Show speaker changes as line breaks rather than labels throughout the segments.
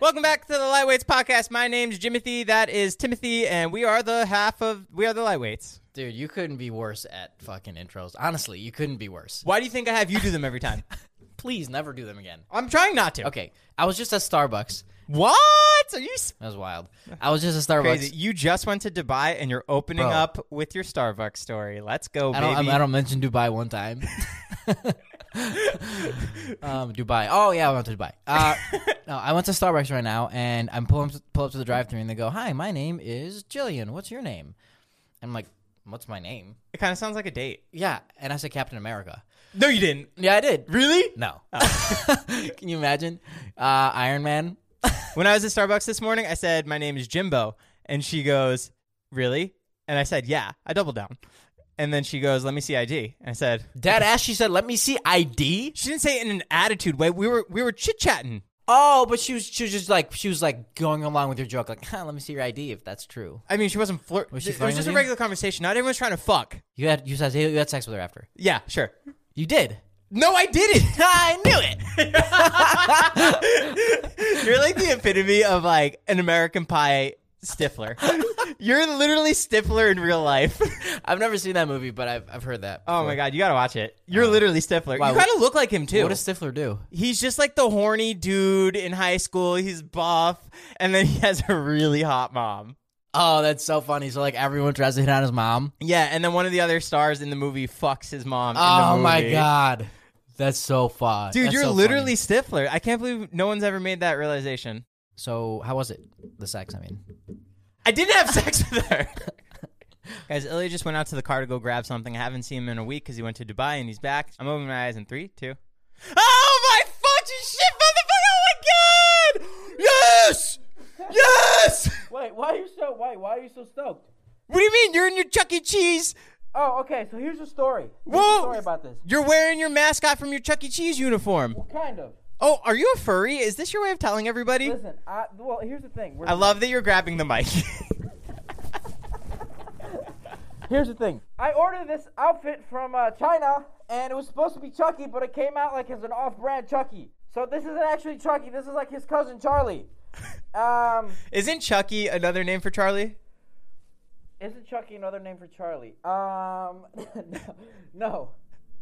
Welcome back to the Lightweights podcast. My name's Jimothy. That is Timothy, and we are the half of we are the Lightweights.
Dude, you couldn't be worse at fucking intros. Honestly, you couldn't be worse.
Why do you think I have you do them every time?
Please never do them again.
I'm trying not to.
Okay, I was just at Starbucks.
What are you s-
That was wild. I was just at Starbucks.
crazy? You just went to Dubai, and you're opening
Bro.
up with your Starbucks story. Let's go,
I
baby.
don't, I don't mention Dubai one time. um, Dubai. Oh yeah, I went to Dubai. Uh, no, I went to Starbucks right now, and I'm pulling pull up to the drive-through, and they go, "Hi, my name is Jillian. What's your name?" I'm like, "What's my name?"
It kind of sounds like a date.
Yeah, and I said Captain America.
No, you didn't.
Yeah, I did.
Really?
No.
Oh.
Can you imagine? Uh, Iron Man.
When I was at Starbucks this morning, I said my name is Jimbo, and she goes, "Really?" And I said, "Yeah." I doubled down, and then she goes, "Let me see ID." And I said,
Dead ass. She said, "Let me see ID."
"She didn't say it in an attitude way. We were we were chit chatting."
Oh, but she was she was just like she was like going along with your joke, like, huh, "Let me see your ID if that's true."
I mean, she wasn't flirt.
Was she
it was
flirting
just
with
a
you?
regular conversation. Not everyone's trying to fuck.
You had you said you had sex with her after.
Yeah, sure.
You did.
No, I didn't.
I knew it.
You're like the epitome of like an American Pie stiffler. You're literally stiffler in real life.
I've never seen that movie, but I've, I've heard that.
Oh my god, you gotta watch it. You're literally stiffler.
Uh, Wow,
you kind of look like him too.
What does Stifler do?
He's just like the horny dude in high school. He's buff, and then he has a really hot mom.
Oh, that's so funny. So like everyone tries to hit on his mom.
Yeah, and then one of the other stars in the movie fucks his mom. in the
Oh my
movie.
god, that's so fun,
dude,
That's
you're
so
literally
funny.
Stifler. I can't believe no one's ever made that realization.
So how was it? The sex, I mean.
I didn't have sex with her. Guys, Ilya just went out to the car to go grab something. I haven't seen him in a week because he went to Dubai and he's back. I'm opening my eyes in three, two. Oh my fucking shit, motherfucker! Oh my god! Yes! Yes!
Wait, why are you so wait, why are you so stoked?
What do you mean? You're in your Chuck E. Cheese.
Oh, okay, so here's the story. Here's
Whoa!
the story about this.
You're wearing your mascot from your Chuck E. Cheese uniform.
Kind of.
Oh, are you a furry? Is this your way of telling everybody?
Listen, I well here's the thing. We're,
I love that you're grabbing the mic.
here's the thing. I ordered this outfit from uh, China and it was supposed to be Chucky, but it came out like as an off brand Chucky. So this isn't actually Chucky, this is like his cousin Charlie. Um
Isn't Chucky another name for Charlie?
isn't Chucky another name for Charlie? Um no.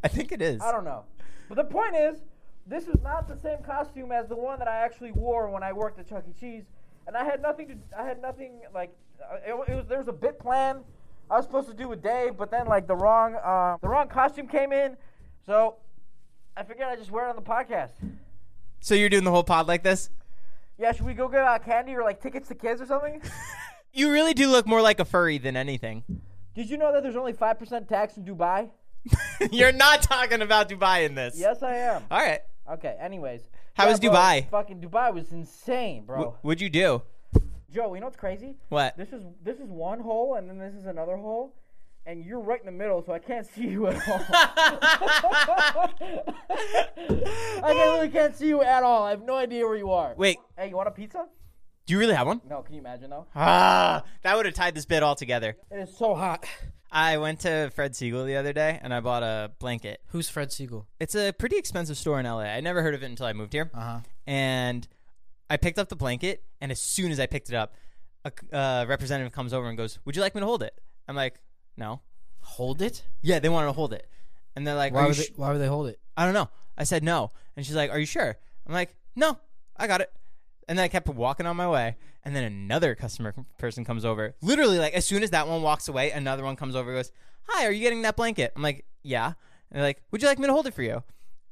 I think it is.
I don't know. But the point is, this is not the same costume as the one that I actually wore when I worked at Chuck E. Cheese, and I had nothing to. I had nothing like. uh, It, wa- it was there was a bit plan I was supposed to do with Dave, but then like the wrong uh, the wrong costume came in, so I figured I'd just wear it on the podcast.
So you're doing the whole pod like this?
Yeah, should we go get uh, candy or like tickets to kids or something?
You really do look more like a furry than anything.
Did you know that there's only five percent tax in Dubai?
You're not talking about Dubai in this.
Yes, I am.
All right.
Okay. Anyways,
How was
bro,
Dubai?
fucking Dubai was insane, bro.
Wh- What'd you do?
Joe, you know what's crazy?
What?
This is this is one hole, and then this is another hole, and you're right in the middle, so I can't see you at all. I can't- really can't see you at all. I have no idea where you are.
Wait,
Hey, you want a pizza?
do you really have one?
No, can you imagine though?
Ah, that would have tied this bit all together.
It is so hot.
I went to Fred Siegel the other day and I bought a blanket.
Who's Fred Siegel?
It's a pretty expensive store in LA. I never heard of it until I moved here.
Uh-huh.
And I picked up the blanket, and as soon as I picked it up, a c- uh, representative comes over and goes, "Would you like me to hold it?" I'm like, "No."
Hold it?
Yeah, they wanted to hold it, and they're like,
Why
"Are you
would, they,
sh-
why would they hold it?
I don't know." I said no, and she's like, "Are you sure?" I'm like, "No, I got it." And then I kept walking on my way, and then another customer person comes over. Literally, like as soon as that one walks away, another one comes over and goes, "Hi, are you getting that blanket?" I'm like, "Yeah." And they're like, "Would you like me to hold it for you?"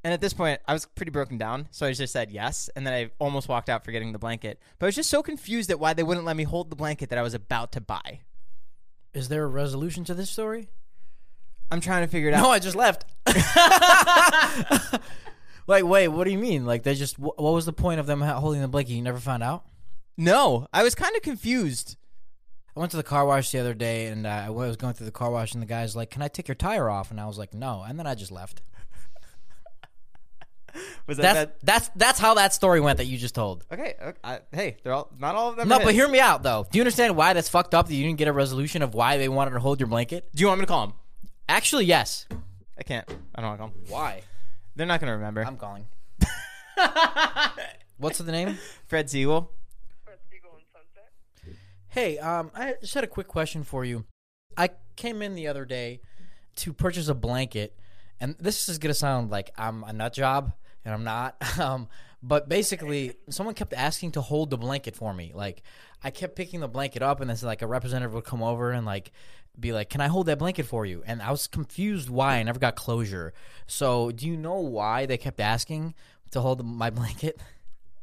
And at this point, I was pretty broken down, so I just said yes, and then I almost walked out for getting the blanket. But I was just so confused at why they wouldn't let me hold the blanket that I was about to buy.
Is there a resolution to this story?
I'm trying to figure it out.
No, I just left. like, wait, what do you mean? Like, they just, wh- what was the point of them ha- holding the blanket? You never found out?
No, I was kind of confused.
I went to the car wash the other day, and uh, I was going through the car wash, and the guy's like, "Can I take your tire off?" And I was like, "No," and then I just left.
Was
That's
that,
that's that's how that story went that you just told.
that okay? okay I, hey, they're all not all of them.
No,
are
but
his.
hear me out though. Do you understand why that's fucked up that you didn't get a resolution of why they wanted to hold your blanket?
Do you want me to call them?
Actually, yes.
I can't. I don't want to call them.
Why?
They're not gonna remember.
I'm calling. What's the name?
Fred Siegel.
Hey, um, I just had a quick question for you. I came in the other day to purchase a blanket, and this is gonna sound like I'm a nut job, and I'm not. Um, but basically, someone kept asking to hold the blanket for me. Like, I kept picking the blanket up, and then like a representative would come over and like be like, "Can I hold that blanket for you?" And I was confused why I never got closure. So, do you know why they kept asking to hold my blanket?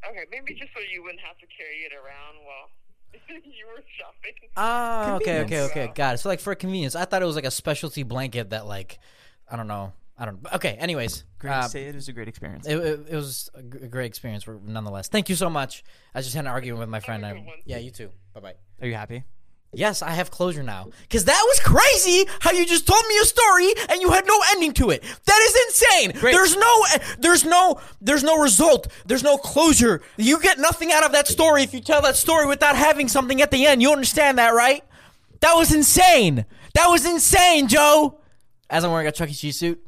Okay, maybe just so you wouldn't have to carry it around while you were shopping.
Ah, okay, okay,
Convenience.
okay. Got it. So like for convenience, I thought it was like a specialty blanket that like, I don't know, I don't. Okay. Anyways, uh,
say it was a great experience.
it, it, it was a g- a great experience for- nonetheless. Thank you so much. I just had an argument with my friend.
Have a
I-
good one.
yeah, you too. Bye bye.
Are you happy?
Yes, I have closure now. Cause that was crazy how you just told me a story and you had no ending to it. That is insane. There's no, there's no, there's no result. There's no closure. You get nothing out of that story if you tell that story without having something at the end. You understand that, right? That was insane. That was insane, Joe. As I'm wearing a Chuck E. Cheese suit.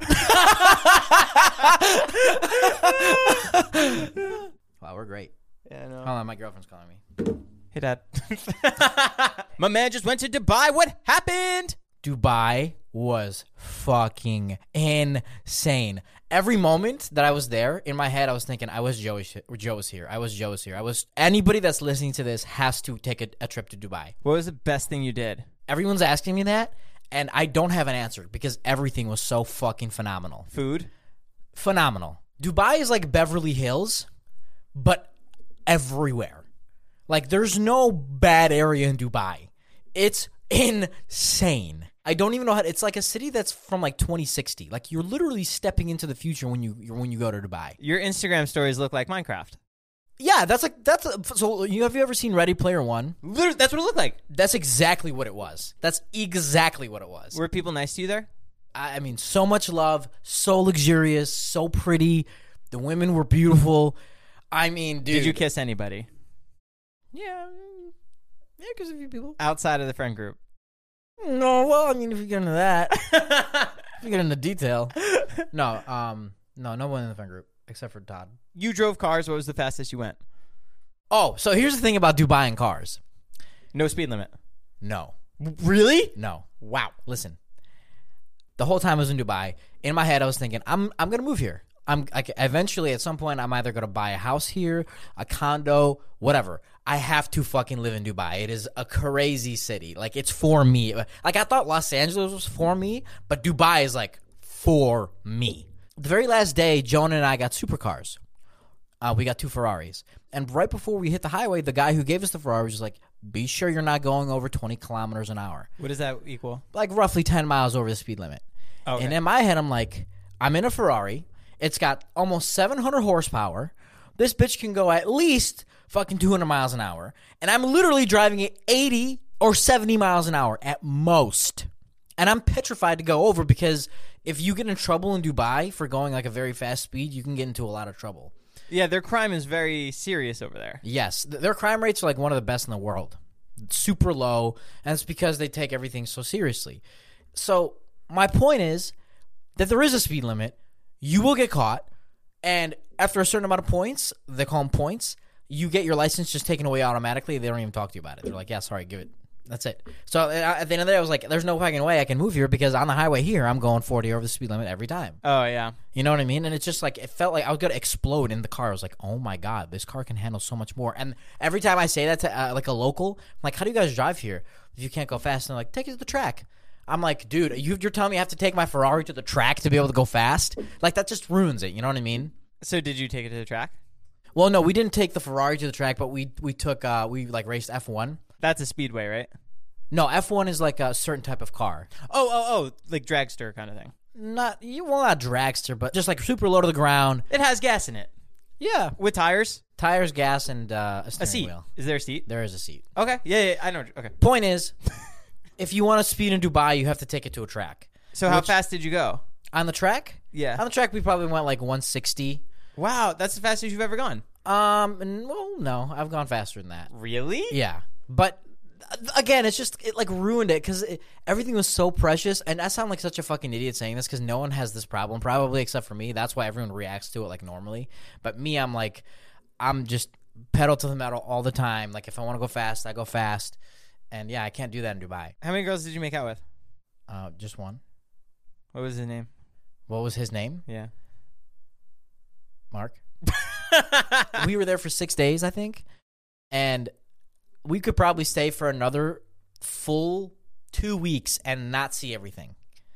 wow, we're great.
Yeah, no.
Hold on, my girlfriend's calling me.
Hey, Dad. My man just went to Dubai. What happened?
Dubai was fucking insane. Every moment that I was there, in my head, I was thinking, I was Joe. Joe was here. I was Joe was here. I was. Anybody that's listening to this has to take a, a trip to Dubai.
What was the best thing you did?
Everyone's asking me that, and I don't have an answer because everything was so fucking phenomenal.
Food.
Phenomenal. Dubai is like Beverly Hills, but everywhere. Like there's no bad area in Dubai. It's insane. I don't even know how. It's like a city that's from like 2060. Like you're literally stepping into the future when you you're- when you go to Dubai.
Your Instagram stories look like Minecraft.
Yeah, that's like that's a, so. You have you ever seen Ready Player One?
Literally, that's what it looked like.
That's exactly what it was. That's exactly what it was.
Were people nice to you there?
I, I mean, so much love, so luxurious, so pretty. The women were beautiful. I mean, dude,
Did you kiss anybody
Yeah, mm, yeah, because a few people.
outside of the friend group?
No, well, I mean, if you get into that, if you get into detail, no, um, no, no one in the friend group except for Todd.
You drove cars. What was the fastest you went?
Oh, so here's the thing about Dubai and cars.
No speed limit.
No,
Really?
no, wow. Listen, the whole time I was in Dubai, in my head I was thinking, I'm, I'm gonna move here. I'm like, eventually at some point I'm either gonna buy a house here, a condo, whatever. I have to fucking live in Dubai. It is a crazy city. Like it's for me. Like I thought Los Angeles was for me, but Dubai is like for me. The very last day, Jonah and I got supercars. Uh, we got two Ferraris. And right before we hit the highway, the guy who gave us the Ferrari was just like, be sure you're not going over 20 kilometers an hour
What does that equal?
like roughly 10 miles over the speed limit.
Okay.
And in my head, I'm like, I'm in a Ferrari. It's got almost 700 horsepower. This bitch can go at least fucking 200 miles an hour. And I'm literally driving at 80 or 70 miles an hour at most. And I'm petrified to go over because if you get in trouble in Dubai for going like a very fast speed, you can get into a lot of trouble.
Yeah, their crime is very serious over there.
Yes, th- their crime rates are like one of the best in the world, super low, and it's because they take everything so seriously. So my point is that there is a speed limit. You will get caught, and after a certain amount of points, they call them points. You get your license just taken away automatically. They don't even talk to you about it. They're like, "Yeah, sorry, give it." That's it. So uh, at the end of the day, I was like, "There's no fucking way I can move here because on the highway here, I'm going 40 over the speed limit every time."
Oh yeah.
You know what I mean? And it's just like it felt like I was gonna explode in the car. I was like, "Oh my god, this car can handle so much more." And every time I say that to uh, like a local, I'm like, "How do you guys drive here if you can't go fast?" And they're like, "Take it to the track." I'm like, "Dude, you, you're telling me I have to take my Ferrari to the track to be able to go fast? Like that just ruins it." You know what I mean?
So did you take it to the track?
Well, no, we didn't take the Ferrari to the track, but we we took uh, we like raced F1.
That's a speedway, right?
No, F1 is like a certain type of car.
Oh oh oh, like dragster kind of thing.
Not you well, not dragster, but just like super low to the ground.
It has gas in it
Yeah,
with tires.
tires, gas, and uh, a steering
A seat.
wheel.
Is there a seat?
There is a seat.
Okay. Yeah, yeah, I know. Okay.
Point is, if you want to speed in Dubai, you have to take it to a track.
So how
Which-
fast did you go?
On the track?
Yeah.
On the track, we probably went like 160.
Wow, that's the fastest you've ever gone.
Um, and, well, no, I've gone faster than that.
Really?
Yeah, but uh, again, it's just it like ruined it because everything was so precious. And I sound like such a fucking idiot saying this because no one has this problem, probably except for me. That's why everyone reacts to it like normally. But me, I'm like, I'm just pedal to the metal all the time. Like if I want to go fast, I go fast. And yeah, I can't do that in Dubai.
How many girls did you make out with?
Uh, just one.
What was his name?
What was his name?
Yeah.
Mark. we were there for six days, I think, and we could probably stay for another full two weeks and not see everything.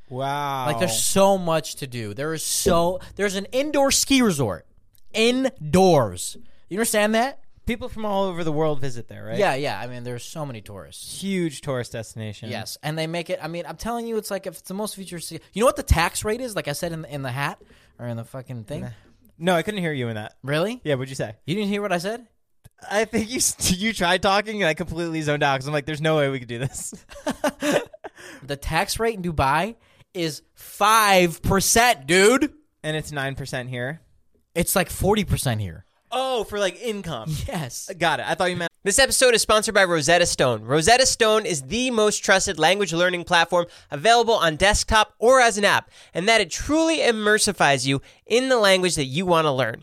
Wow.
Like there's so much to do. There is so there's an indoor ski resort indoors. You understand that?
people from all over the world visit there, right?
Yeah, yeah. I mean, there's so many tourists.
Huge tourist destination.
Yes, and they make it. I mean, I'm telling you, it's like if it's the most future. You know what the tax rate is? Like I said in in the hat or in the fucking thing.
No, I couldn't hear you in that.
Really?
Yeah, what'd you say?
You didn't hear what I said?
I think you you tried talking and I completely zoned out because I'm like, there's no way we could do this.
The tax rate in Dubai is five percent, dude.
and it's nine percent here.
It's like forty percent here.
Oh, for like income.
Yes.
Got it. I thought you meant.
This episode is sponsored by Rosetta Stone. Rosetta Stone is the most trusted language learning platform available on desktop or as an app, and that it truly immersifies you in the language that you want to learn.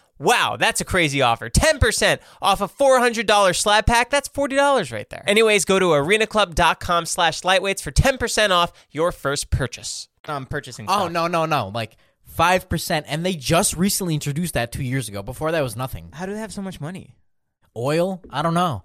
Wow, that's a crazy offer. 10% off a $400 slab pack. That's $40 right there. Anyways, go to arenaclub.com slash lightweights for 10% off your first purchase.
I'm purchasing.
Oh
stuff.
no no no! Like five percent, and they just recently introduced that two years ago. Before that was nothing.
How do they have so much money?
Oil? I don't know.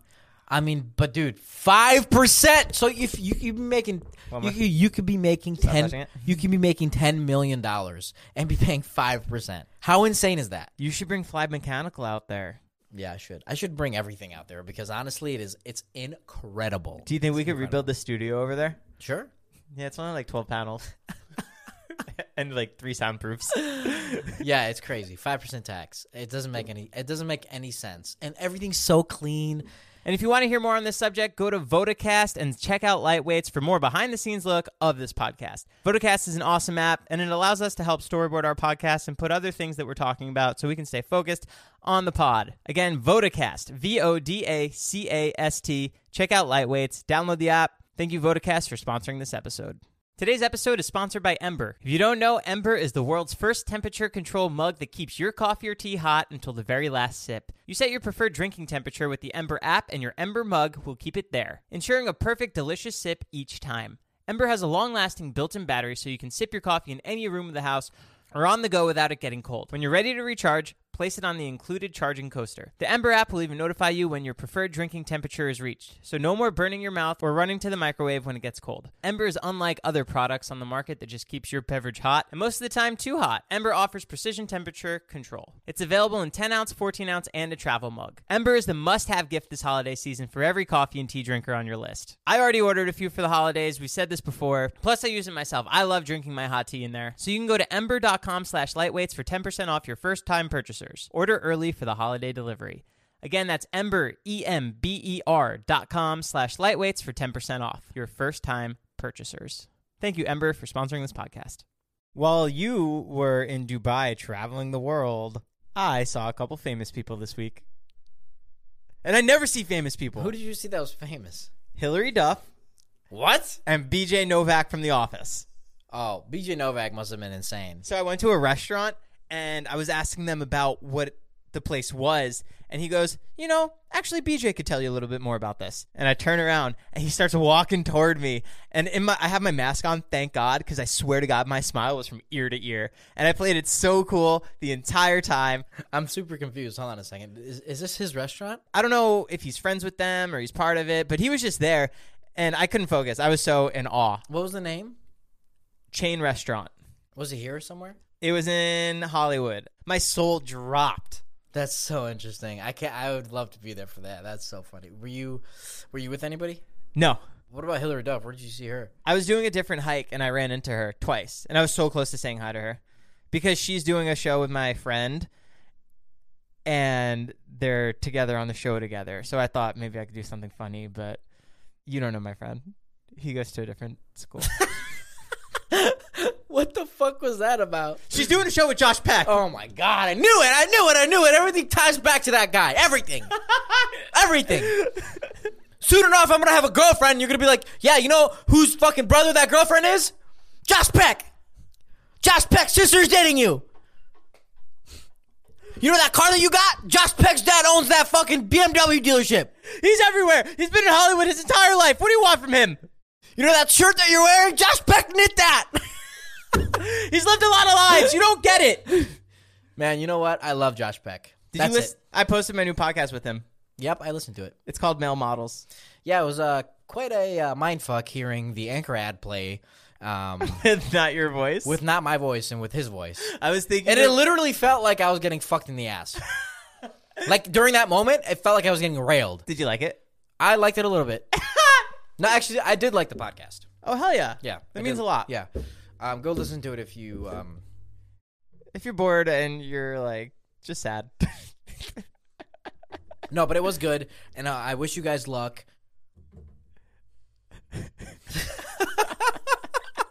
I mean, but dude, five percent. So if you could be making, you, could- you could be making
touching
ten,
it.
you could be making ten million dollars and be paying five percent. How insane is that?
You should bring Fly Mechanical out there.
Yeah, I should. I should bring everything out there because honestly, it is. It's incredible.
Do you think we could rebuild the studio over there?
Sure.
Yeah, it's only like 12 panels and like three soundproofs.
yeah, it's crazy. Five percent tax. It doesn't make any. It doesn't make any sense. And everything's so clean.
And if you want to hear more on this subject, go to Vodacast and check out Lightweights for more behind the scenes look of this podcast. Vodacast is an awesome app, and it allows us to help storyboard our podcast and put other things that we're talking about so we can stay focused on the pod. Again, Vodacast, V O D A C A S T. Check out Lightweights, download the app. Thank you, Vodacast, for sponsoring this episode. Today's episode is sponsored by Ember. If you don't know, Ember is the world's first temperature control mug that keeps your coffee or tea hot until the very last sip. You set your preferred drinking temperature with the Ember app, and your Ember mug will keep it there, ensuring a perfect, delicious sip each time. Ember has a long lasting built in battery so you can sip your coffee in any room of the house or on the go without it getting cold. When you're ready to recharge, place it on the included charging coaster. The Ember app will even notify you when your preferred drinking temperature is reached, so no more burning your mouth or running to the microwave when it gets cold. Ember is unlike other products on the market that just keeps your beverage hot, and most of the time too hot. Ember offers precision temperature control. It's available in 10 ounce, 14 ounce, and a travel mug. Ember is the must have gift this holiday season for every coffee and tea drinker on your list. I already ordered a few for the holidays, we said this before, plus I use it myself. I love drinking my hot tea in there. So you can go to ember.com slash lightweights for 10% off your first time purchasers. Order early for the holiday delivery. Again, that's ember, E E-M-B-E-R dot com slash lightweights for 10% off your first time purchasers. Thank you, Ember, for sponsoring this podcast.
While you were in Dubai traveling the world, I saw a couple famous people this week. And I never see famous people.
Who did you see that was famous?
Hillary Duff
What?
and BJ Novak from The Office.
Oh, BJ Novak must have been insane.
So I went to a restaurant and I was asking them about what the place was. And he goes, You know, actually, BJ could tell you a little bit more about this. And I turn around and he starts walking toward me. And in my, I have my mask on, thank God, because I swear to God, my smile was from ear to ear. And I played it so cool the entire time.
I'm super confused. Hold on a second. Is, is this his restaurant?
I don't know if he's friends with them or he's part of it, but he was just there. And I couldn't focus. I was so in awe.
What was the name?
Chain restaurant.
Was it here somewhere?
It was in Hollywood. My soul dropped.
That's so interesting. I can I would love to be there for that. That's so funny. Were you were you with anybody?
No,
What about Hillary Duff? Where did you see her?
I was doing a different hike and I ran into her twice. And I was so close to saying hi to her because she's doing a show with my friend and they're together on the show together. So I thought maybe I could do something funny, but you don't know my friend. He goes to a different school.
What the fuck was that about?
she's doing a show with Josh Peck.
Oh my god, I knew it. I knew it. I knew it. Everything ties back to that guy. Everything. Everything. Soon enough, I'm going to have a girlfriend. and You're going to be like, yeah, you know whose fucking brother that girlfriend is? Josh Peck. Josh Peck's sister's dating you. You know that car that you got? Josh Peck's dad owns that fucking BMW dealership.
He's everywhere. He's been in Hollywood his entire life. What do you want from him?
You know that shirt that you're wearing? Josh Peck knit that.
He's lived a lot of lives. You don't get it. Did
Man, you know what? I love Josh Peck. That's
you listen?
it.
I posted my new podcast with him.
Yep, I listened to it.
It's called Male Models.
Yeah, it was uh, quite a uh, mindfuck hearing the anchor ad play um,
It's not your voice.
with not my voice and with his voice.
I was thinking
And it
of-
literally felt like I was getting fucked in the ass. like during that moment, it felt like I was getting railed.
Did you like it?
I liked it a little bit. no, actually, I did like the podcast.
Oh hell yeah.
Yeah,
That
I
means
did-
a lot.
Yeah, um, go listen to it if you. Um,
If you're bored and you're like just sad.
no, but it was good, and uh, I wish you guys luck.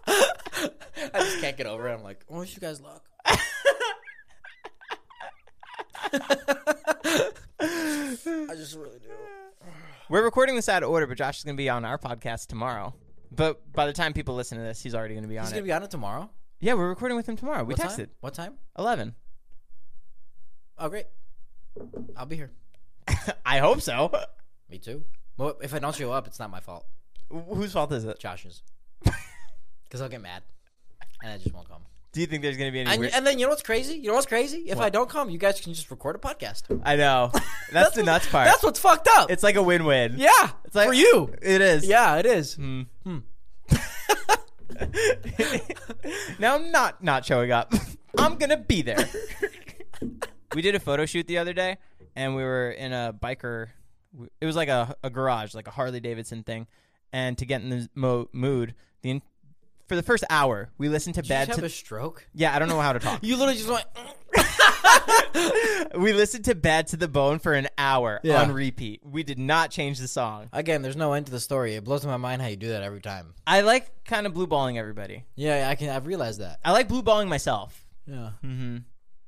I just can't get over it. I'm like, I wish you guys luck. I just really do.
We're recording this out of order, but Josh is gonna be on our podcast tomorrow. But by the time people listen to this, he's already gonna be on
He's
it.
gonna be on it tomorrow.
yeah, we're recording with him tomorrow. We
What
texted
time? What time?
eleven.
Oh, great. I'll be here.
I hope so.
Me too. Well, if I don't show up, it's not my fault.
Whose fault is it?
Josh's. Because I'll get mad, and I just won't come.
Do you think there's gonna be any?
And,
weird-
and then you know what's crazy? You know what's crazy? If I don't come, you guys can just record a podcast.
I know. That's, the
what-
nuts part.
That's what's fucked up.
it's like a win-win.
yeah, Hmm.
It's like,
for you.
It is.
Yeah, it is.
Now I'm not not showing up. I'm gonna be there. we did a photo shoot the other day, and we were in a biker. It was like a, a garage, like a Harley Davidson thing. And to get in the mo- mood, the in- for the first hour, we listened to
Did you
bad.
just have
To-
a stroke?
yeah, I don't know how to talk.
You literally just went. "Mm."
we listened to Bad to the Bone for an hour
Yeah.
on repeat. We did not change the song.
Again, there's no end to the story. It blows my mind how you do that every time.
I like kind of blue balling everybody.
Yeah, I can. I've realized that. Hmm.
I like blue balling myself.
Yeah.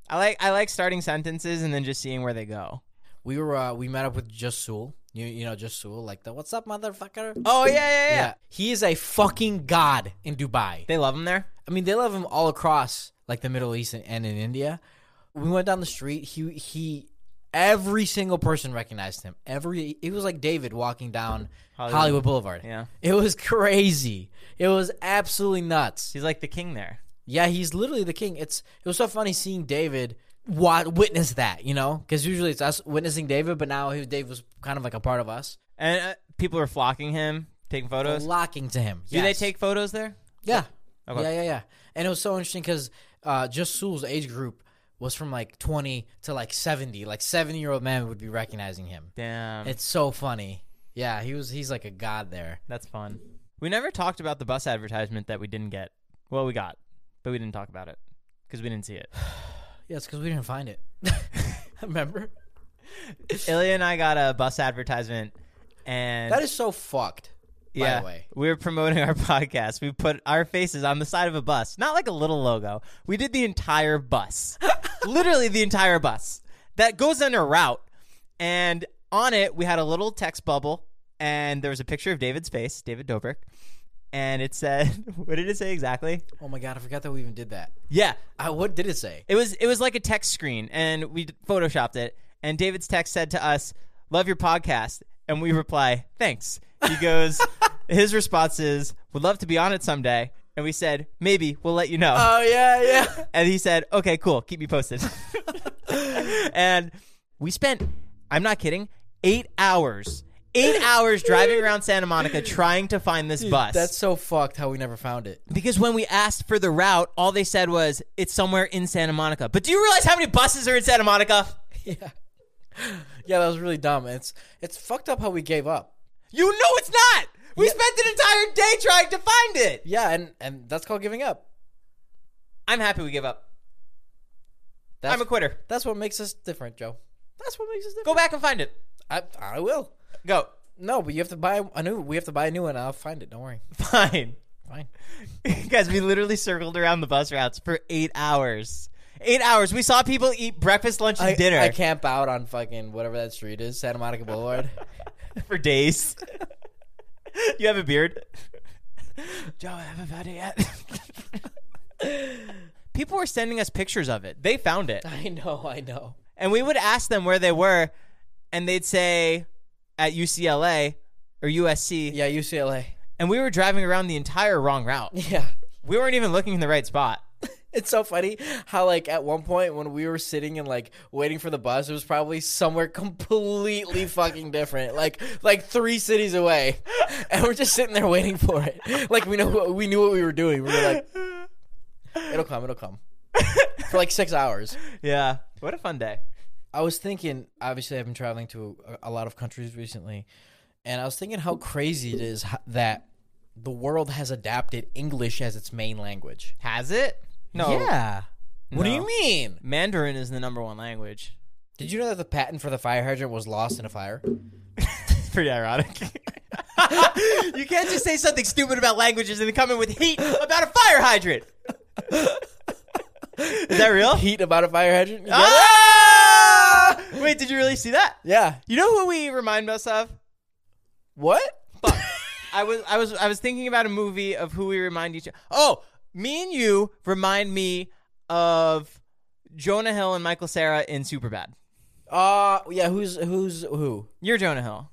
I like I like starting sentences and then just seeing where they go.
We were uh, we met up with Just Sewell. You you know Just Sewell, like the what's up motherfucker.
Oh yeah, yeah, yeah.
He is a fucking god in Dubai.
They love him there.
I mean, they love him all across like the Middle East and, and in India. We went down the street. He he, every single person recognized him. Every it was like David walking down Hollywood,
Hollywood.
Boulevard.
Yeah.
it was crazy. It was absolutely nuts.
He's like the king there.
Yeah, he's literally the king. It's it was so funny seeing David wa- witness that, you know, because usually it's us witnessing David, but now he, Dave was kind of like a part of us,
And uh, people are flocking him, taking photos.
locking to him.
Do they
Yes.
take photos there?
Yeah.
Okay.
Yeah, yeah, yeah. And it was so interesting because uh, just Sewell's age group was from like 20 to like 70. Like 70 year old man would be recognizing him.
Damn.
It's so funny. Yeah, he was. He's like a god there.
That's fun. We never talked about the bus advertisement that we didn't get. Well, we got, but we didn't talk about it because we didn't see it.
Yeah, it's because we didn't find it. Remember?
Ilya and I got a bus advertisement, and
That is so fucked.
yeah,
By the way,
we were promoting our podcast. We put our faces on the side of a bus, not like a little logo. We did the entire bus, literally the entire bus that goes on a route, and on it we had a little text bubble, and there was a picture of David's face, David Dobrik, and it said, "What did it say exactly?"
oh my god, I forgot that we even did that.
Yeah,
I, what did it say?
It was it was like a text screen, and we d- photoshopped it. And David's text said to us, "Love your podcast," and we reply, "Thanks." He goes, his response is, "Would love to be on it someday," and we said, "Maybe we'll let you know."
Oh yeah, yeah.
and he said, "Okay, cool, keep me posted." and we spent, I'm not kidding, eight hours. Eight hours driving around Santa Monica trying to find this bus.
That's so fucked how we never found it.
Because when we asked for the route, all they said was it's somewhere in Santa Monica. But do you realize how many buses are in Santa Monica?
Yeah, that was really dumb. It's it's fucked up how we gave up.
You know it's not. We spent an entire day trying to find it.
Yeah, and and that's called giving up.
I'm happy we give up.
That's,
I'm a quitter.
That's what makes us different, Joe. That's what makes us
Go
different.
back and find it.
I, I will.
Go.
No, but you have to buy a new. We have to buy a new one. I'll find it. Don't worry.
Fine.
Fine.
Guys, we literally circled around the bus routes for eight hours. Eight hours. We saw people eat breakfast, lunch, and
I,
dinner
I camp out on fucking whatever that street is, Santa Monica Boulevard.
for days. you have a beard? Joe, I haven't found it yet. people were sending us pictures of it. They found it.
I know. I know.
And we would ask them where they were, and they'd say at UCLA or USC.
Yeah, UCLA.
And we were driving around the entire wrong route.
Yeah.
We weren't even looking in the right spot.
It's so funny how like at one point when we were sitting and like waiting for the bus, it was probably somewhere completely fucking different, like like three cities away, and we're just sitting there waiting for it. Like we know what- we knew what we were doing. We were like, it'll come, it'll come. For like six hours,
Yeah. What a fun day.
I was thinking. Obviously, I've been traveling to a, a lot of countries recently, and I was thinking how crazy it is ho- that the world has adapted English as its main language.
Has it? No.
Yeah. What do
No.
you mean?
Mandarin is the number one language.
Did you know that the patent for the fire hydrant was lost in a fire?
It's pretty ironic. you can't just say something stupid about languages and then come in with heat about a fire hydrant. is that real?
Heat about a fire hydrant? You get it?
Ah! Wait, did you really see that?
Yeah.
You know who we remind us of?
What?
Fuck. I was I was I was thinking about a movie of who we remind each other. Oh, me and you remind me of Jonah Hill and Michael Sarah in Superbad.
Uh yeah, who's who's who?
You're Jonah Hill.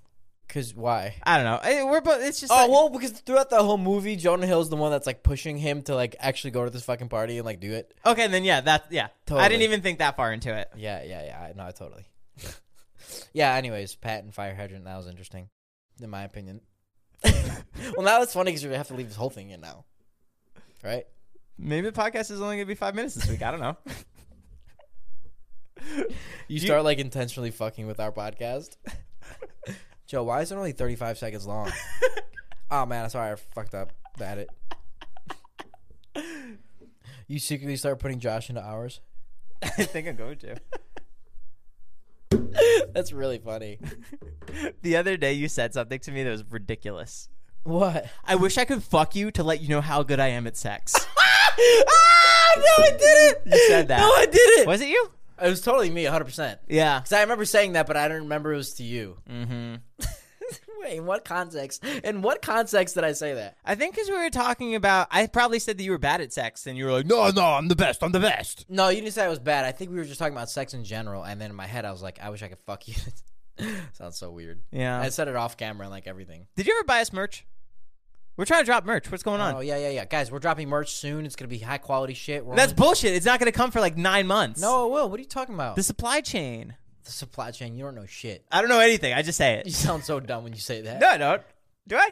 Cuz why?
I don't know. I- We're both. It's just.
Oh
like-
well, because throughout the whole movie, Jonah Hill's the one that's like pushing him to like actually go to this fucking party and like do it.
Okay, then yeah, that yeah. I
Totally.
didn't even think that far into it.
Yeah, yeah, yeah. I No, I totally. yeah. Anyways, patent fire hydrant. That was interesting, in my opinion. well, now it's funny because we have to leave this whole thing in now, right?
Maybe the podcast is only gonna be five minutes this week. I don't know.
You start like intentionally fucking with our podcast. Joe, why is it only 35 seconds long? oh man, I'm sorry, I fucked up at it. You secretly start putting Josh into ours?
I think I'm going to.
That's really funny.
The other day, you said something to me that was ridiculous.
What?
I wish I could fuck you to let you know how good I am at sex.
Ah, no, I did it.
You said that.
No, I did it.
was it you?
It was totally me, 100%.
Yeah.
Because I remember saying that, but I don't remember it was to you. Mm-hmm. Wait, in what context? In what context did I say that?
I think because we were talking about, I probably said that you were bad at sex, and you were like, "No, no, I'm the best. I'm the best."
No, you didn't say I was bad. I think we were just talking about sex in general, and then in my head I was like, I wish I could fuck you. Sounds so weird.
Yeah.
I said it off camera and like everything.
Did you ever buy us merch? We're trying to drop merch. What's going on?
Oh yeah, yeah, yeah, guys. We're dropping merch soon. It's gonna be high quality shit. We're
That's
only-
bullshit. It's not going to come for like nine months.
no, it will. What are you talking about?
the supply chain.
the supply chain. You don't know shit.
I don't know anything. I just say
You
it.
sound so dumb when you say that.
no, I don't. Do I?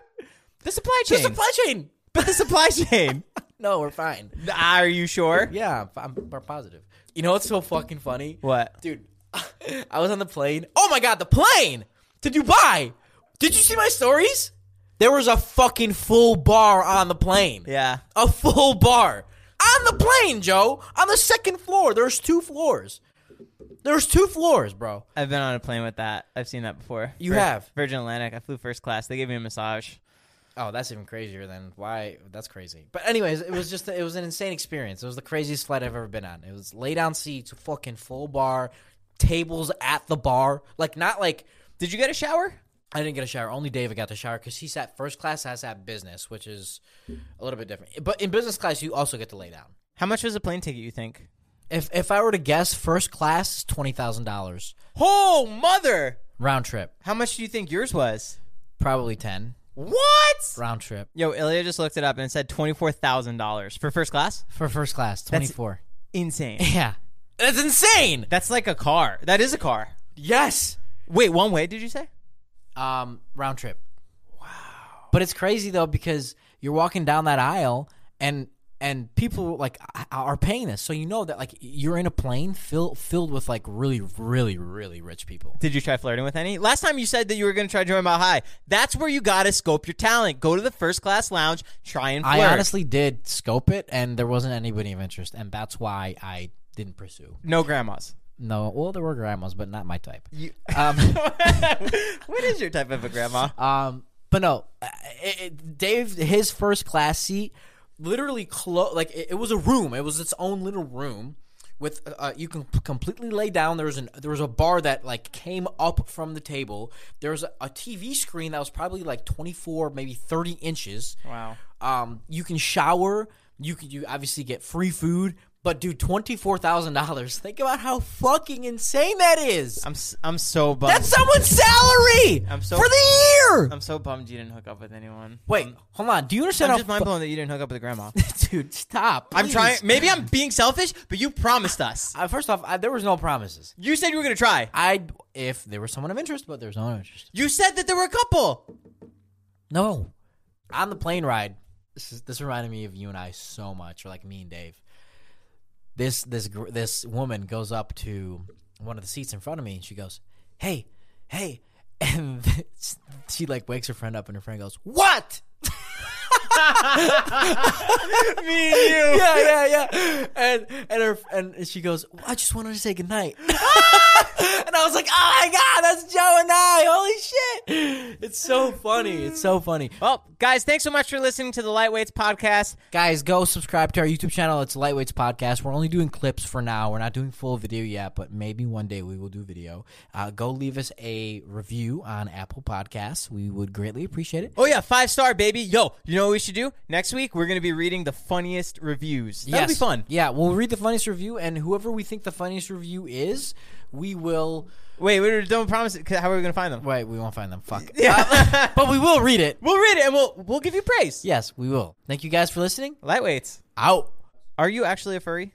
The supply
the
chain.
supply chain.
but the supply chain.
No, we're fine.
Are you sure?
Yeah, I'm, I'm we're positive. You know what's so fucking funny?
What?
dude? I was on the plane. Oh my god, the plane to Dubai. Did you see my stories? There was a fucking full bar on the plane.
Yeah.
a full bar on the plane, Joe. On the second floor. There's two floors. There's two floors, bro.
I've been on a plane with that. I've seen that before.
You have?
Virgin Atlantic. I flew first class. They gave me a massage.
Oh, that's even crazier than why. That's crazy. But anyways, it was just it was an insane experience. It was the craziest flight I've ever been on. It was lay down seats, fucking full bar, tables at the bar. Like not like
Did you get a shower?
I didn't get a shower. Only David got the shower because he sat first class. I sat business, which is a little bit different. But in business class, you also get to lay down.
How much was a plane ticket? You think?
If if I were to guess, first class is twenty thousand dollars
Oh mother!
round trip.
How much do you think yours was?
Probably ten
What?
round trip
Yo, Ilya just looked it up and it said twenty four thousand dollars for first class.
for first class. Twenty four.
Insane.
Yeah, that's insane.
That's like a car. That is a car.
Yes.
Wait, one way? Did you say?
um, round trip. Wow. But it's crazy though because you're walking down that aisle and and people like a- are paying this, so you know that like you're in a plane filled filled with like really really really rich people.
Did you try flirting with any? Last time you said that you were going to try join Mile High. That's where you got to scope your talent. Go to the first class lounge. Try and flirt.
I honestly did scope it, and there wasn't anybody of interest, and that's why I didn't pursue.
no grandmas.
No, well, there were grandmas, but not my type.
what is your type of a grandma?
Um, but no, uh, it, it- Dave, his first class seat, literally close. Like it, it was a room. It was its own little room with uh, you can p- completely lay down. There was an there was a bar that like came up from the table. There was a, a TV screen that was probably like twenty four, maybe thirty inches.
Wow.
Um, you can shower. You can you obviously get free food. But dude, twenty four thousand dollars. Think about how fucking insane that is.
I'm s- I'm so bummed.
That's someone's salary
I'm so-
for the year.
I'm so bummed you didn't hook up with anyone.
Wait, hold on. Do you understand
Um, I'm
how
just mind
fu-
blown that you didn't hook up with a grandma.
dude? Stop.
I'm
please.
trying. Maybe I'm being selfish, but you promised us.
Uh, first off, I, there was no promises.
You said you were gonna try.
I if there was someone of interest, but there's no one of interest.
You said that there were a couple.
No. On the plane ride, this is, this reminded me of you and I so much, or like me and Dave. This this gr- this woman goes up to one of the seats in front of me, and she goes, "Hey, hey," and she like wakes her friend up, and her friend goes, "What?"
Me and you.
yeah, yeah, yeah. And and her and she goes, I just wanted to say goodnight. and I was like, Oh my god, that's Joe and I. Holy shit. It's so funny. It's so funny.
Well, guys, thanks so much for listening to the Lightweights podcast.
Guys, go subscribe to our YouTube channel. It's Lightweights Podcast. We're only doing clips for now. We're not doing full video yet, but maybe one day we will do video. Uh, go leave us a review on Apple Podcasts. We would greatly appreciate it.
Oh yeah, five star baby. Yo, you know what we should do next week? We're gonna be reading the funniest reviews. That'll be
Yes.
fun.
Yeah, we'll read the funniest review, and whoever we think the funniest review is, we will.
Wait, wait, don't promise it. 'cause How are we gonna find them?
Wait, we won't find them. Fuck. Uh, but we will read it.
We'll read it and we'll we'll give you praise.
Yes, we will. Thank you guys for listening.
Lightweights.
Out.
Are you actually a furry?